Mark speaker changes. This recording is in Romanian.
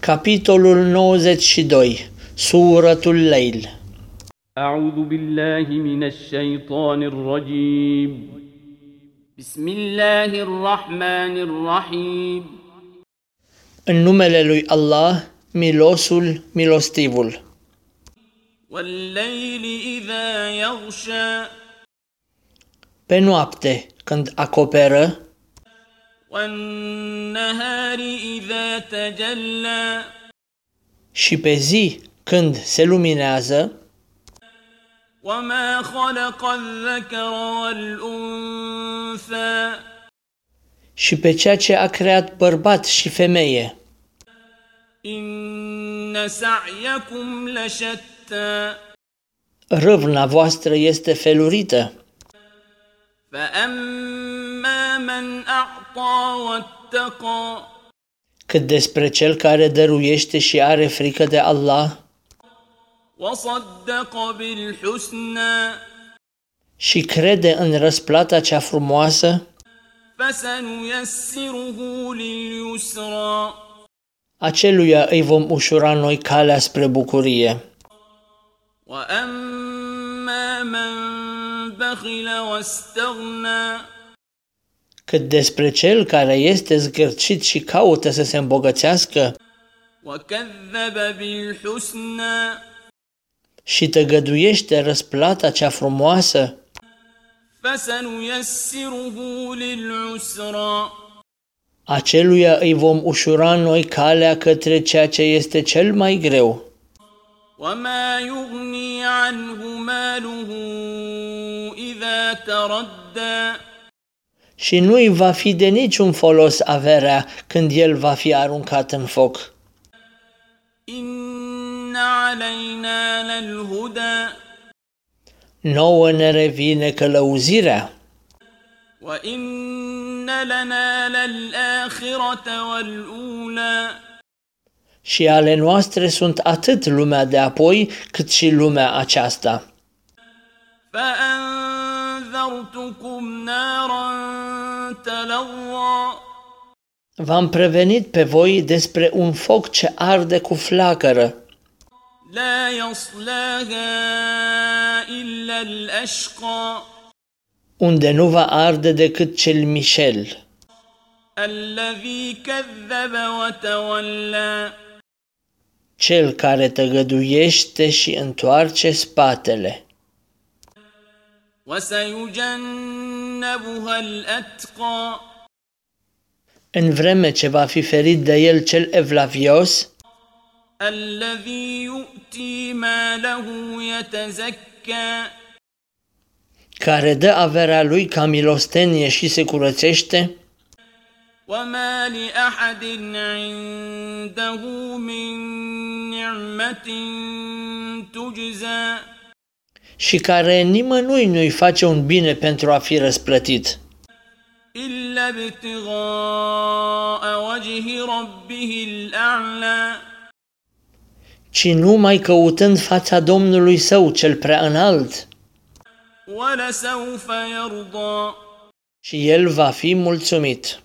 Speaker 1: Capitolul 92 Suratul Leil
Speaker 2: أعوذ بالله من الشيطان الرجيم بسم الله الرحمن الرحيم
Speaker 1: În numele lui Allah, milosul, milostivul.
Speaker 2: والليل إذا يغشى
Speaker 1: Pe noapte, când acoperă,
Speaker 2: والنهار إذا تجلى
Speaker 1: și pe zi, când se luminează,
Speaker 2: وما خلق الذكر والأنثى
Speaker 1: și pe ceea ce a creat bărbat și femeie.
Speaker 2: إن سعيكم لشتى
Speaker 1: Râvna voastră este felurită,
Speaker 2: فأما من أعطى واتقى
Speaker 1: cât despre cel care dăruiește și are frică de Allah
Speaker 2: وصدق بالحسنى
Speaker 1: și crede în răsplata cea frumoasă,
Speaker 2: فسنيسره لليسرى
Speaker 1: aceluia îi vom ușura noi calea spre bucurie.
Speaker 2: وأما من بخل واستغنى
Speaker 1: cât despre cel care este zgârcit și caută să se îmbogățească
Speaker 2: وكذب بالحسنى
Speaker 1: și tăgăduiește răsplata cea frumoasă,
Speaker 2: فسنيسره للعسرى
Speaker 1: aceluia îi vom ușura noi calea către ceea ce este cel mai greu.
Speaker 2: وما يغني عنه ماله إذا تردى
Speaker 1: Și nu-i va fi de niciun folos averea când el va fi aruncat în foc.
Speaker 2: إن علينا للهدى
Speaker 1: Nouă ne revine călăuzirea
Speaker 2: وإن لنا للآخرة والأولى
Speaker 1: și ale noastre sunt atât lumea de apoi cât și lumea aceasta.
Speaker 2: فأنذرتكم نارا تلظى
Speaker 1: V-am prevenit pe voi despre un foc ce arde cu flacără,
Speaker 2: لا يصلاها إلا الأشقى
Speaker 1: unde nu va arde decât cel Michel,
Speaker 2: الذي كذب وتولى
Speaker 1: cel care tăgăduiește și întoarce spatele,
Speaker 2: وسيجنبها الأتقى
Speaker 1: în vreme ce va fi ferit de el cel evlavios,
Speaker 2: الذي يؤتي ماله يتزكى
Speaker 1: care dă averea lui ca milostenie și se curățește,
Speaker 2: وما لأحد عنده من نعمة تجزى
Speaker 1: și care nimănui nu-i face un bine pentru a fi răsplătit,
Speaker 2: إلا ابتغاء وجه ربه الأعلى
Speaker 1: ci numai căutând fața Domnului său cel prea înalt,
Speaker 2: ولسوف يرضى
Speaker 1: și el va fi mulțumit.